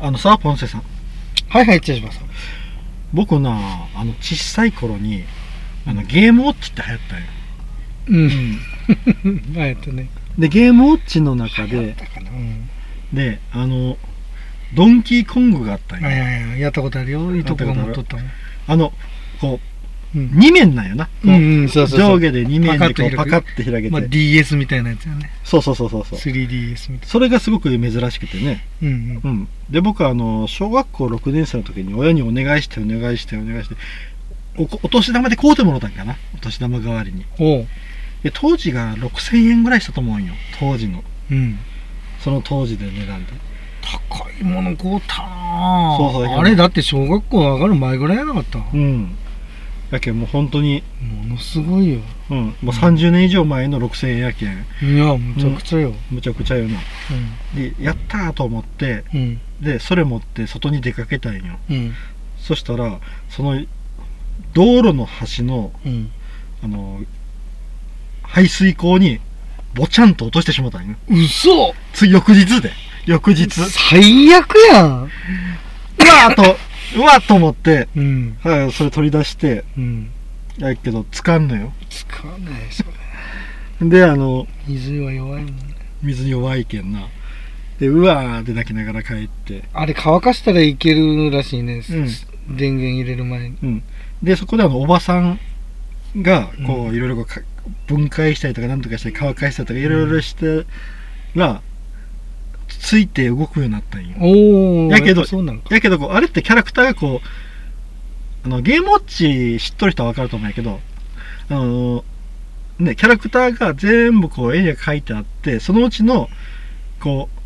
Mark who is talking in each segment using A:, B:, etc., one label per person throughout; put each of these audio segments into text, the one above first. A: あのさ、ポンセさん。
B: はいはい、千島さん。
A: 僕な、あの、小さい頃に、あの、ゲームウォッチって流行ったんよ。
B: うん。 えっとね。
A: で、ゲームウォッチの中
B: やっ
A: で、
B: たかな。うん。
A: で、あの、ドンキーコングがあったん
B: はい
A: よ。
B: はいはい。やったことあるよ。いとこが持っとったもん。
A: あの、こう、
B: うん。
A: 2面なんよな。こう
B: うんうん、そうそうそ
A: 上下
B: う。
A: で2面でこうパ
B: パ
A: カ
B: カ
A: ッ
B: ッ
A: て開け
B: まあ、
A: て。
B: DS みたいなやつよね。
A: そうそうそうそうそう。
B: 3DS みたい
A: それがすごく珍しくてね。
B: な。うんうん。
A: うん。で、僕はあの、小学校6年生の時に親にお願いしてお願いしてお願いして、おお年玉で買うてもらったんかな。お年玉代わりに。
B: おう。
A: で、当時が6000円ぐらいしたと思うんよ。当時の。
B: うん。
A: その当時で値段で。
B: 高いもの買うたなぁ
A: そうそう
B: あれだって小学校上がる前ぐらいやなかった、
A: うん。やけんもう本当に、
B: ものすごいよ
A: うん。もう30年以上前の6000円やけん。
B: いやむちゃくちゃよ
A: むちゃくちゃよな。
B: う
A: で、やったーと思って、
B: んうん
A: で、それ持って外に出かけたんよ。
B: うん
A: そしたら、その、道路の端の、
B: うん
A: あの、排水溝に、ぼちゃんと落としてしまったんよ。
B: 嘘
A: つ、翌日で。翌日。
B: 最悪やん
A: うわーと、うわーと思って、
B: うん
A: はい、それ取り出して、
B: うん
A: やけど、つかんのよ。
B: 使わないそれ
A: で、あの、
B: 水は弱いもんね
A: 水に弱いけんな。で、うわーって泣きながら帰って。
B: あれ乾かしたらいけるらしいね、
A: う
B: 電源入れる前に
A: で、そこであの、おばさんが、こ
B: う
A: う、いろいろこうか、分解したりとか、なんとかしたり、乾かしたりとか、いろいろしてら、ついて動くようになったんよ。
B: おお
A: やけど
B: そうなんか
A: やけどこう、あれってキャラクターがこう、あの、ゲームウォッチ知っとる人はわかると思うんやけど、あの、ね、キャラクターが全部こう、絵に描いてあって、そのうちの、こう、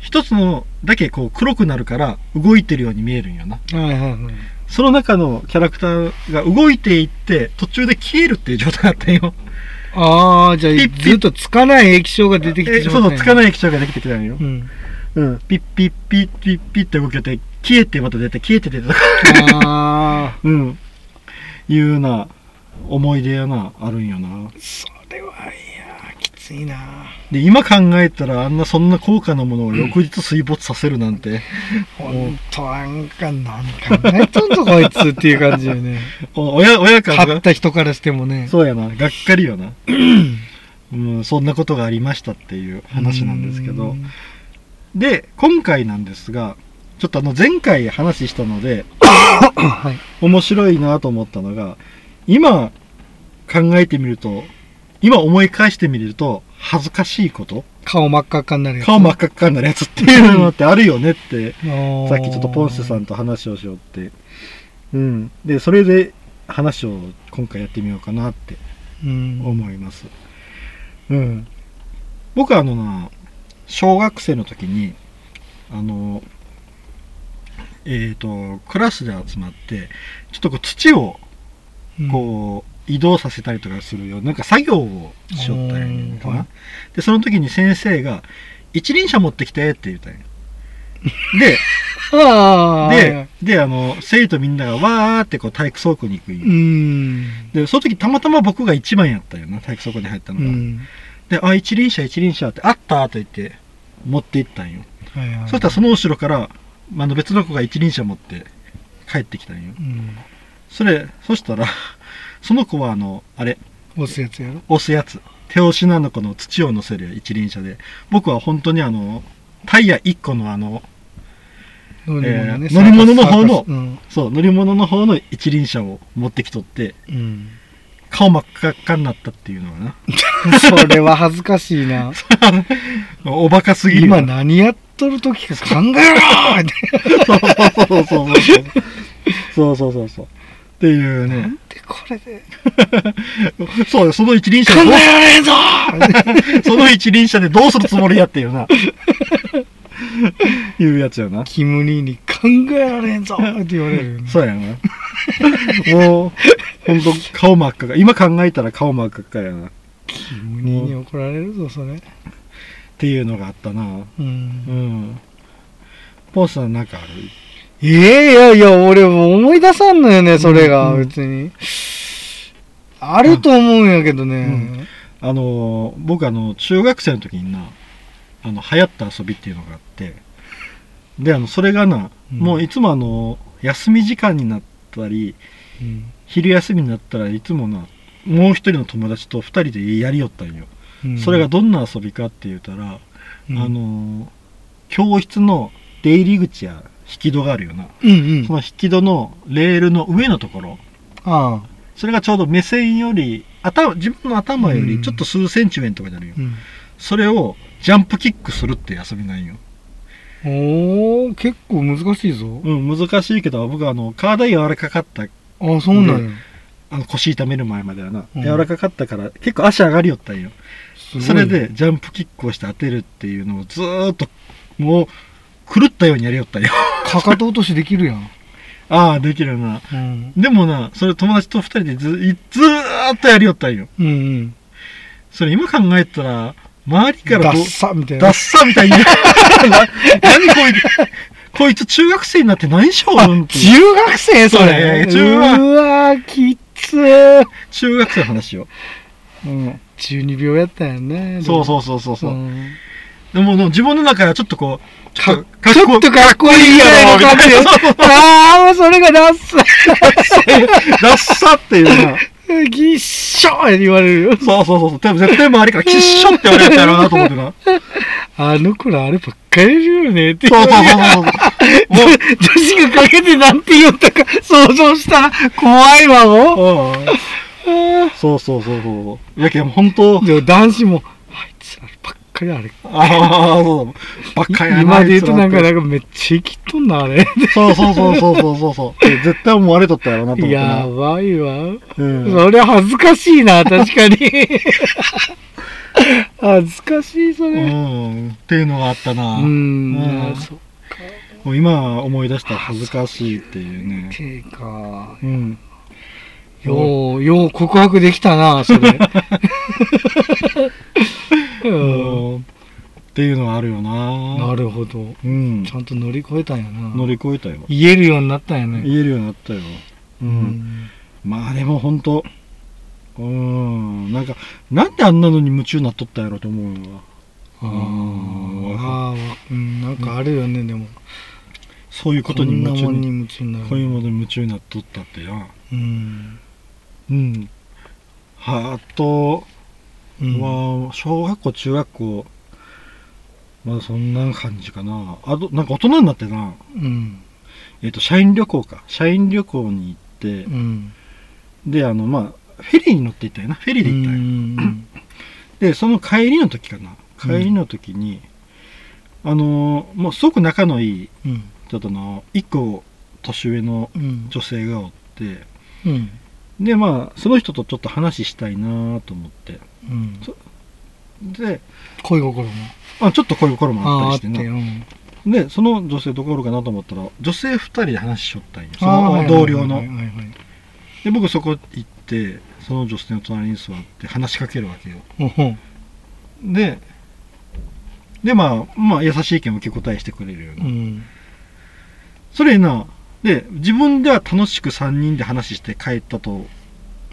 A: 一つのだけこう黒くなるから動いてるように見えるんよな。
B: はいはいはい
A: その中のキャラクターが動いていって途中で消えるっていう状態だったん よ。
B: ああじゃあ
A: ピッピッ
B: ずっとつかない液晶が出てきてしまった
A: えそうそう、つか
B: い
A: ない液晶ができてきたんよ
B: う。ん
A: うん。ピッピッピッピッピッって動きよって、消えてまた出て、消えて出てとか。
B: ああ
A: うん。いうな、思い出やな、あるんよな。
B: それはいやきついな
A: で、今考えたら、あんなそんな高価なものを翌日水没させるなんて、
B: ほんとなんか何考えとんとこいつっていう感じ よね
A: お親、親から
B: 買っ
A: が、
B: た人からしてもね
A: そうやな、がっかりよな。うん、そんなことがありましたっていう話なんですけ
B: う
A: ど
B: ん。
A: で、今回なんですが、ちょっとあの前回話したので、
B: はい
A: 面白いなと思ったのが、今考えてみると、今思い返してみると、恥ずかしいこと
B: 顔真っ赤っかになるやつ
A: 顔真っ赤っかになるやつっていうのってあるよねって、
B: あー
A: さっきちょっとポンセさんと話をしようって。うん。で、それで話を今回やってみようかなって
B: うん
A: 思います。うん。僕はあのな、小学生の時に、あの、えっ、と、クラスで集まって、ちょっとこう土をこう、移動させたりとかするような、なんか作業をしよったんやんか
B: おーは
A: な。で、その時に先生が、一輪車持ってきてって言ったんや。で、
B: うんあーはいは
A: で
B: い、
A: で、あの、生徒みんながわーってこう体育倉庫に行くんよ
B: うん
A: で、その時たまたま僕が一番やったんよな、体育倉庫に入った
B: う
A: のが。
B: ん
A: で、あ、一輪車、一輪車って、あったーと言って、持って行ったんよ。
B: はいはい
A: そしたらその後ろから、まああの別の子が一輪車持って帰ってきたんよ。
B: うん
A: それ、そしたら、 その子はあの、あれ、
B: 押すやつやろ
A: 押すやつ手押しなのこの土を乗せる一輪車で僕は本当にあのタイヤ1個のあの
B: 乗り物ね
A: えー乗り物の方の
B: サーカスうん
A: そう乗り物の方の一輪車を持ってきとって
B: うん
A: 顔真っ赤っかになったっていうのがな
B: それは恥ずかし いな
A: おバカすぎる
B: 今何やっとる時か考えろって
A: そうそうそうそうそうそうそうそうっていうね
B: でこ れで
A: そうよその一輪車
B: 考
A: で
B: え
A: どう
B: られんぞ
A: その一輪車でどうするつもりやっていうないうやつよな
B: キム・リーに考えら れんぞって言われるよね
A: そうやな。もう、ほんと、顔真っ赤か。今考えたら顔真っ赤かやな。っ
B: キム・リーに怒られるぞそれ
A: ていうのがあったな。
B: う
A: う
B: ん
A: ん。ポンさんなんかある
B: ええいやいや俺も思い出さんのよねそれが
A: うん
B: 別にあると思うんやけどね
A: あのー、僕あの、中学生の時にな、あの、流行った遊びっていうのがあって、であのそれがな、
B: うん
A: もういつもあの休み時間になったり
B: うん
A: 昼休みになったらいつもなもう一人の友達と二人でやりよったんよ、
B: うん
A: それがどんな遊びかって言うたら、
B: うん
A: あの教室の出入り口や引き戸があるよな、
B: うんうん
A: その引き戸のレールの上のところ
B: ああ
A: それがちょうど目線より頭自分の頭よ
B: う
A: り
B: ん
A: ちょっと数センチ上のとこになるよ、
B: うん
A: それをジャンプキックするっていう遊びなんよ、
B: おー結構難しいぞ
A: うん、難しいけど僕はあの体柔らかかった
B: ああそうなんや
A: あの腰痛める前まではな、
B: うん
A: 柔らかかったから結構足上がりよったんよ
B: すごい
A: それでジャンプキックをして当てるっていうのをずーっともう狂ったようにやりよ ったんよ
B: かかと落としできるやん
A: ああできるな
B: うん
A: でもなそれ友達と2人でずずーっとやりよったんよ
B: うんうん
A: それ今考えたら周りから
B: ダ
A: ど
B: ッ
A: う
B: サみたい
A: ダ
B: な
A: ッサみたい にな何こいつこいつ中学生になって何しよううんって いう
B: 中学生それ
A: そう中学
B: うわーきっつー、
A: 中学生の話よ
B: うん、12秒やったんやね
A: そう
B: う
A: そうそうそうそう、
B: ん
A: でももう自分の中ではちょっとこうちょっとかっ
B: ちょっとかっこいいやろ
A: かっこいいやろ
B: みたいなああもうそれがダッサ
A: ダッサっていうな。
B: ー ぎっしょーって言われるよ
A: そうそうそうそう。多分絶対周りからキッションって言われるんだろうなと思ってな。
B: あの子らあればっかり言うよねって
A: そうそうそうそう
B: 女子がかけてなんて言ったか想像したら怖いわもう
A: そう。うん そうそうそうそう。いやけど本当、
B: でも男子もあいつらばっかりあれ
A: ああ、そう。ばっかりやな。
B: 今で言うとなんか
A: あいつら
B: な
A: っ
B: んかめっちゃ生きとんなあれ
A: てそうそうそうそうそうそう そう。絶対思われとったやろうなと思って
B: や
A: な。
B: ばいわ
A: うん。
B: それ恥ずかしいな確 かに恥ずかしいそれ
A: うん。っていうのがあったな。
B: うん
A: うん
B: あそっ
A: もう今思い出したら恥ずかしいっていうね。
B: てか
A: うん。
B: ようよう告白できたなそ れうん
A: うんっていうのはあるよな。
B: なるほど
A: うん
B: ち。ゃんと乗り越えたんやな
A: 乗り越えたよ。
B: 言えるようになったんやね
A: 言えるようになったよ。う。
B: うんん
A: まあでも本当うーんなんかなんであんなのに夢中になっとったんやろと思うわ
B: あ
A: うん
B: あーうんなんかあるよねでも
A: そういうこ
B: こと
A: に
B: んな
A: 夢中
B: もんに
A: に
B: 夢中にな
A: こういう
B: る
A: ものに夢中になっとったってな
B: うん
A: うんはあと
B: うん
A: は小学校中学校まあそんな感じかなあとなんか大人になってな
B: うん
A: えっ、と社員旅行か社員旅行に行って
B: うん
A: であのまあフェリーに乗って行ったよなフェリーで行ったよ、
B: うん
A: でその帰りの時かな帰りの時に、あのーもうすごく仲のいい
B: うん
A: ちょっとあの1個年上の
B: うん
A: 女性がおって
B: うん
A: でまあその人とちょっと話したいなと思って
B: うん
A: そで、
B: 恋心も
A: まあ、ちょっと恋心もあ
B: あ
A: っ
B: あ
A: た
B: あ
A: りし
B: っ
A: てて
B: う
A: なんでその女性どころかなと思ったら女性2人で話しちょったんよそ
B: あー
A: の同僚の
B: はいはいはいはい
A: で僕そこ行ってその女性の隣に座って話しかけるわけよ
B: ほほ
A: ででまあまあ優しい意見を受け答えしてくれるような
B: うん
A: それなで自分では楽しく3人で話して帰ったと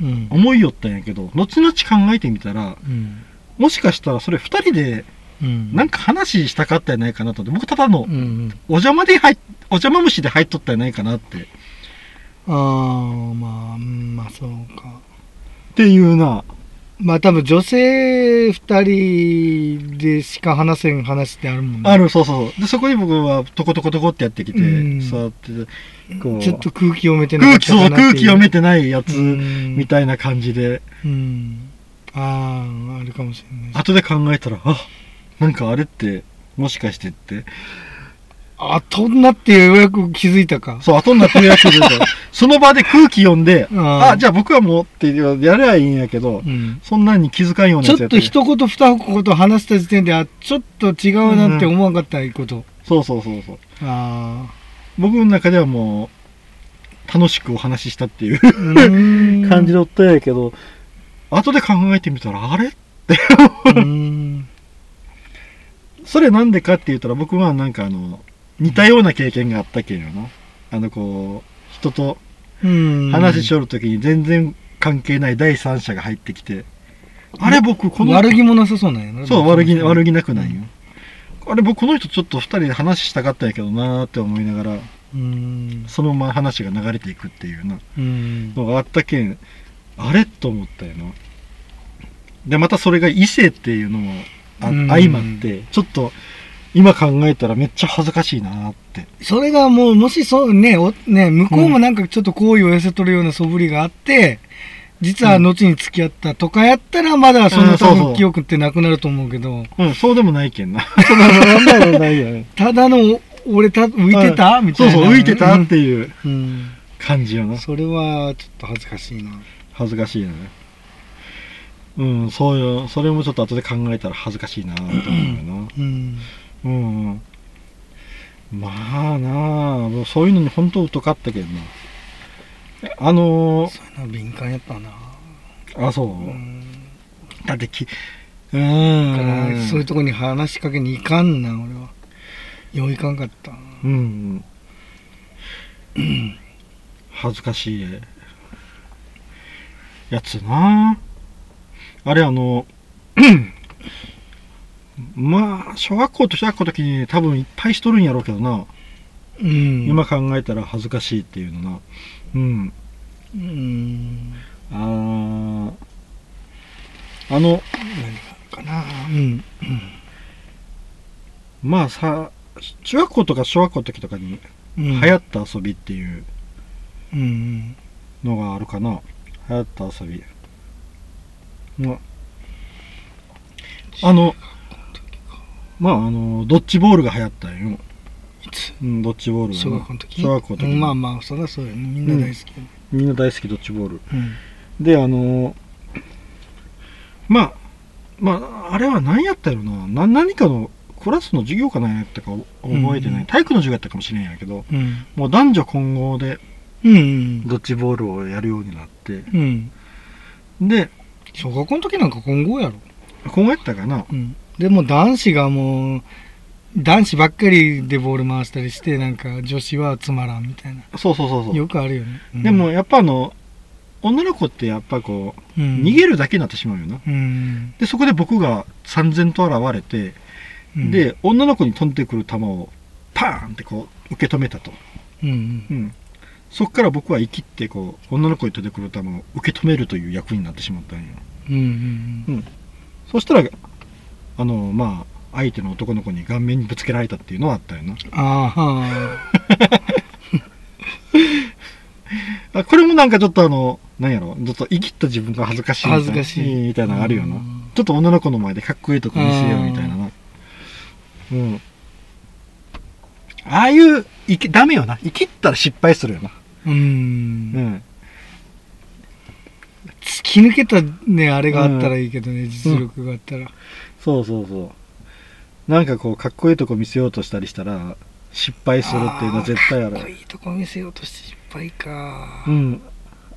B: うん
A: 思いよったんやけど後々考えてみたら
B: うん
A: もしかしたらそれ2人で
B: うん
A: なんか話したかったんやないかなと思って僕ただの
B: うん
A: お邪魔で入っお邪魔虫で入っとったんやないかなってっ
B: ああまあうんまあそうか
A: ていうな
B: まあ多分女性二人でしか話せん話ってあるもんね。
A: あるそうそうでそこに僕はトコトコトコってやってきて
B: うん
A: 座ってこう
B: ちょっと空気読めて
A: 空
B: なかっ
A: 気
B: た
A: そう
B: かな
A: 空気読
B: め
A: めてないやつみ
B: みい
A: たいな感じで
B: うん。うん。ああ、あるかもしれない。
A: 後で考えたらあなんかあれってもしかしてって
B: あ、とんなってようやく気づいたか。
A: そう、後になってるやつで、 その場で空気読んで、
B: うん
A: あ、じゃあ僕はもうってやればいいんやけど、
B: うん。
A: そんなんに気づかんような
B: ち
A: やつ
B: ょ
A: やって
B: っと
A: る
B: 一言二言話した時点で、あ、ちょっと違うなって思わなかったこと。
A: そうそうそうそう。
B: あ
A: 僕の中ではもう、楽しくお話ししたっていう
B: あ。うん
A: 感じだったんやけど、後で考えてみたら、あれ
B: うん。
A: それなんでかって言ったら、僕はなんかあの、似たような経験があったけどな。あの、こう、人と
B: うん。
A: 話ししょるときに全然関係ない第三者が入ってきて、あれ僕この
B: 悪気もなさそうなんやな。
A: そう、悪気、悪
B: 気。
A: 気なくないよ。あれ僕この人ちょっと2人で話したかったんやけどなーって思いながら
B: うん
A: そのまま話が流れていくっていうような
B: うん
A: のがあったけんあれと思ったよなでまたそれが異性っていうのもあ
B: うん
A: 相まってちょっと今考えたらめっちゃ恥ずかしいなーって
B: それがもうもしそうねおね向こうもなんかちょっと好意を寄せとるような素振りがあって実は後に付き合ったとかやったらまだそ
A: うん
B: の
A: そうそう
B: 多分記憶ってなくなると思うけど、
A: うんそうでもないけんな そうでもないよね
B: ただの俺た浮いてた、みた
A: そ
B: いうな
A: そう浮いてたっていう
B: うん、
A: 感じよ
B: うん
A: な
B: それはちょっと恥ずかしいな
A: 恥ずかしいよねうんそうよそれもちょっと後で考えたら恥ずかしいなーって思うよな
B: うん
A: うんうんまあなあもうそういうのに本当疎かったけどなえあのー
B: そういうのは敏感やったな、
A: あそう、
B: うん、
A: だってきう
B: だから
A: ーん
B: そういうとこに話しかけに行かんな俺はよういかんかったな
A: うんうん恥ずかしいやつなあれあの まあ小学校と中学校の時に多分いっぱいしとるんやろうけどな、
B: うん
A: 今考えたら恥ずかしいっていうのなうん
B: うん
A: あーあの
B: 何があるかなうん
A: まあさ中学校とか小学校の時とかに
B: 流
A: 流行った遊びっていう
B: うん
A: のがあるかな、流行った遊びまああのまああのドッジボールが流行ったんよ、
B: いつ
A: うん、ドッジボールがな
B: 小学校の時
A: 小学校の時
B: うんまあまあそりゃそうやねみんな大好きやね
A: みんな大好きドッジボール
B: うん
A: であのまあまああれは何やったやろなな何かのクラスの授業か何やったか覚えてない、
B: うん
A: 体育の授業やったかもしれんやけど
B: うん
A: もう男女混合で
B: うん
A: ドッジボールをやるようになって
B: うん
A: で
B: 小学校の時なんか今後やろ
A: 今後やったかな
B: うんでも男子がもう男子ばっかりでボール回したりしてなんか女子はつまらんみたいな
A: そうそうそうそう
B: よくあるよね、うん
A: でもやっぱあの女の子ってやっぱこ
B: う
A: うん逃げるだけになってしまうよな
B: うん
A: でそこで僕が三然と現れて、
B: うん
A: で女の子に飛んでくる球をパーンってこう受け止めたと、
B: うん
A: うん、そこから僕は生きってこう女の子に飛んでくる球を受け止めるという役になってしまったんよ
B: うんうん
A: そしたらあのまあ相手の男の子に顔面にぶつけられたっていうのはあったよな
B: ああ
A: あこれもなんかちょっとあの、なんやろ、ちょっと生きった自分が恥ずかしいみたいな。
B: 恥ずかし
A: みたいなのがあるよな
B: うん。
A: ちょっと女の子の前でかっこいいとこ見せようみたいなな。うん。ああいう、いけ、ダメよな。生きったら失敗するよな。
B: うん
A: う
B: 突
A: ん。
B: き抜けたねあれがあったらいいけどね実力があったら
A: そうそうそう。なんかこう、かっこいいとこ見せようとしたりしたら、失敗するっていうのは絶対あ
B: かっこ
A: る。
B: いいとこ見せようとして失敗か、
A: うん。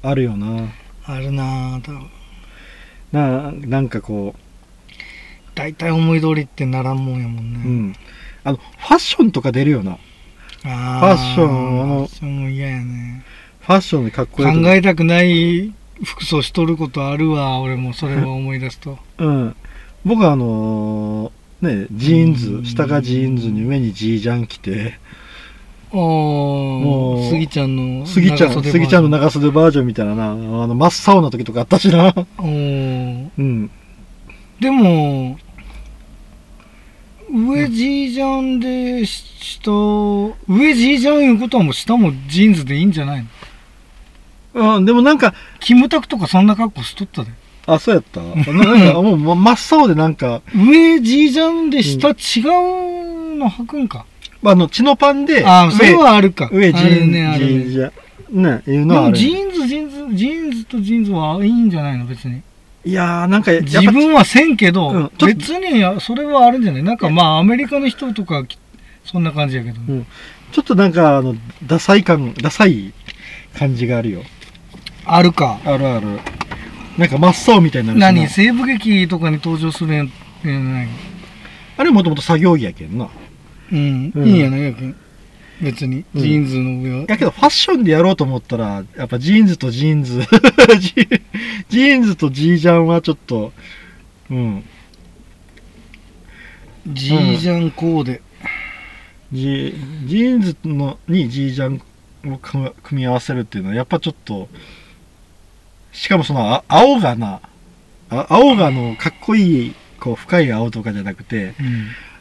A: あるよな。
B: あるなぁ多分
A: な、なんかこ
B: 大体思い通りってならんもんやもんね
A: う、、うん。あの、ファッションとか出るよな。フ
B: あ
A: ァッションあの
B: ファッションも嫌やね
A: ファッションでかっこ
B: 考
A: いいとこ
B: えたくない服装しとることあるわ俺もそれを思い出 すと
A: うん、僕はあのーねジーンズ下がジーンズに上にジージャン着て
B: お
A: もう
B: ースギちゃんの
A: スギちゃん
B: 長袖
A: スギちゃんの
B: バー
A: 長袖バージョンみたいななあの真っ青な時とかあったし な
B: ジョンおー
A: うん
B: でも上ジージャンでし下上ジージャンいうことはもう下もジーンズでいいんじゃないの
A: うん、でもなんか、
B: キムタクとかそんな格好しとったで
A: あ、そうやった。ななんか、もう、ま真っ青でなんか、
B: 上ジージャンで下違うの履くんか、
A: あの、血のパンで、
B: ああそれはあるか
A: 上、上ジ
B: ある
A: ーン、
B: ねあ
A: ジ
B: る
A: ーン
B: ね
A: じゃ、ね、いう
B: で
A: のはあ
B: も
A: る。
B: ジーンズジーンズジーンズとジーンズはいいんじゃないの別に
A: いやー、なんか、やっぱ
B: 自分はせんけど、
A: うんちょっと
B: 別にそれはあるんじゃないなんかまあアメリカの人とかきそんな感じやけど、
A: んちょっとなんか、あの、ダサい感、ダサい感じがあるよ。
B: あるか
A: あるある。なんか真っ青みたいになるしな
B: 何西部劇とかに登場するんやんやないの
A: あれもともと作業着やけんな。
B: うん、
A: うん
B: いいんやないやけん別に
A: うん
B: ジーンズの上は、
A: やけどファッションでやろうと思ったら、やっぱジーンズとジーンズ、 ジージーンズとジージャンはちょっと、うん。
B: ジージャンコーデ。
A: ジジーンズのにジージャンを組み組み合わせるっていうのはやっぱちょっとしかもそのあ青がなあ青があのかっこいいこう深い青とかじゃなくて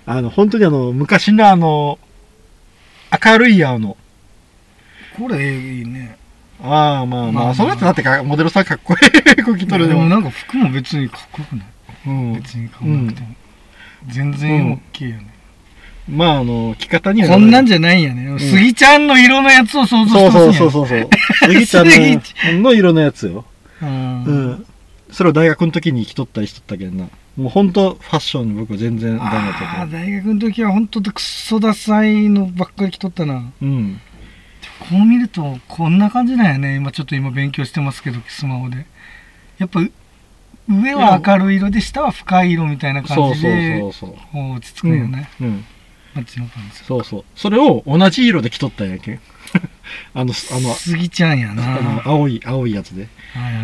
A: あの本当にあの昔のあの明るい青の
B: これ、いいね。
A: ああまあ
B: まあ
A: ま
B: ま
A: あ
B: あ
A: その後だってかモデルさんかっこいいこきとるで
B: でも
A: も
B: なんか服も別にかっこよくない
A: うん
B: 別に買わなくても。全然オッケーよね。
A: まああの着方には
B: こんなん
A: じ
B: じゃないんやね。杉ちゃんの色のやつを想像して
A: そう
B: ます
A: そうそ
B: ね。
A: うそうそう 杉ちゃん
B: 杉
A: のの色のやつよ
B: うん
A: うん、それを大学の時に着とったりしとったけどなもう本当ファッションに僕全然ダメだったけ
B: あー
A: ど
B: 大学の時は本当クソダサいのばっかり着とったな。
A: うん
B: こう見るとこんな感じなんやね今ちょっと今勉強してますけどスマホでやっぱう上は明るい色で下は深い色みたいな
A: そ
B: 感
A: う
B: じ
A: そ
B: で
A: うそうそう
B: こう落ち着くよね、
A: うんうん、
B: マッチのパンツ
A: そうそうそれを同じ色で着とったんやけん あのあの
B: 杉ちゃんやな
A: あ
B: は
A: の青い青いやつで
B: いはいはい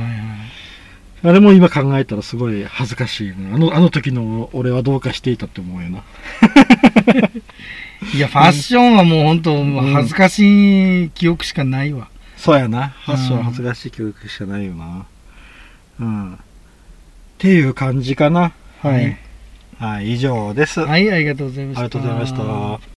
A: あれも今考えたらすごい恥ずかしいなあのあの時の俺はどうかしていたって思うよない
B: やファッションはもう本当もう恥ずかしい記憶しかないわ、
A: そうやなファッションは恥ずかしい教育しかないよなうんっていう感じかなはい、はい、以上です、
B: はいありがとうござい
A: あ
B: ま
A: り
B: した
A: がとうございました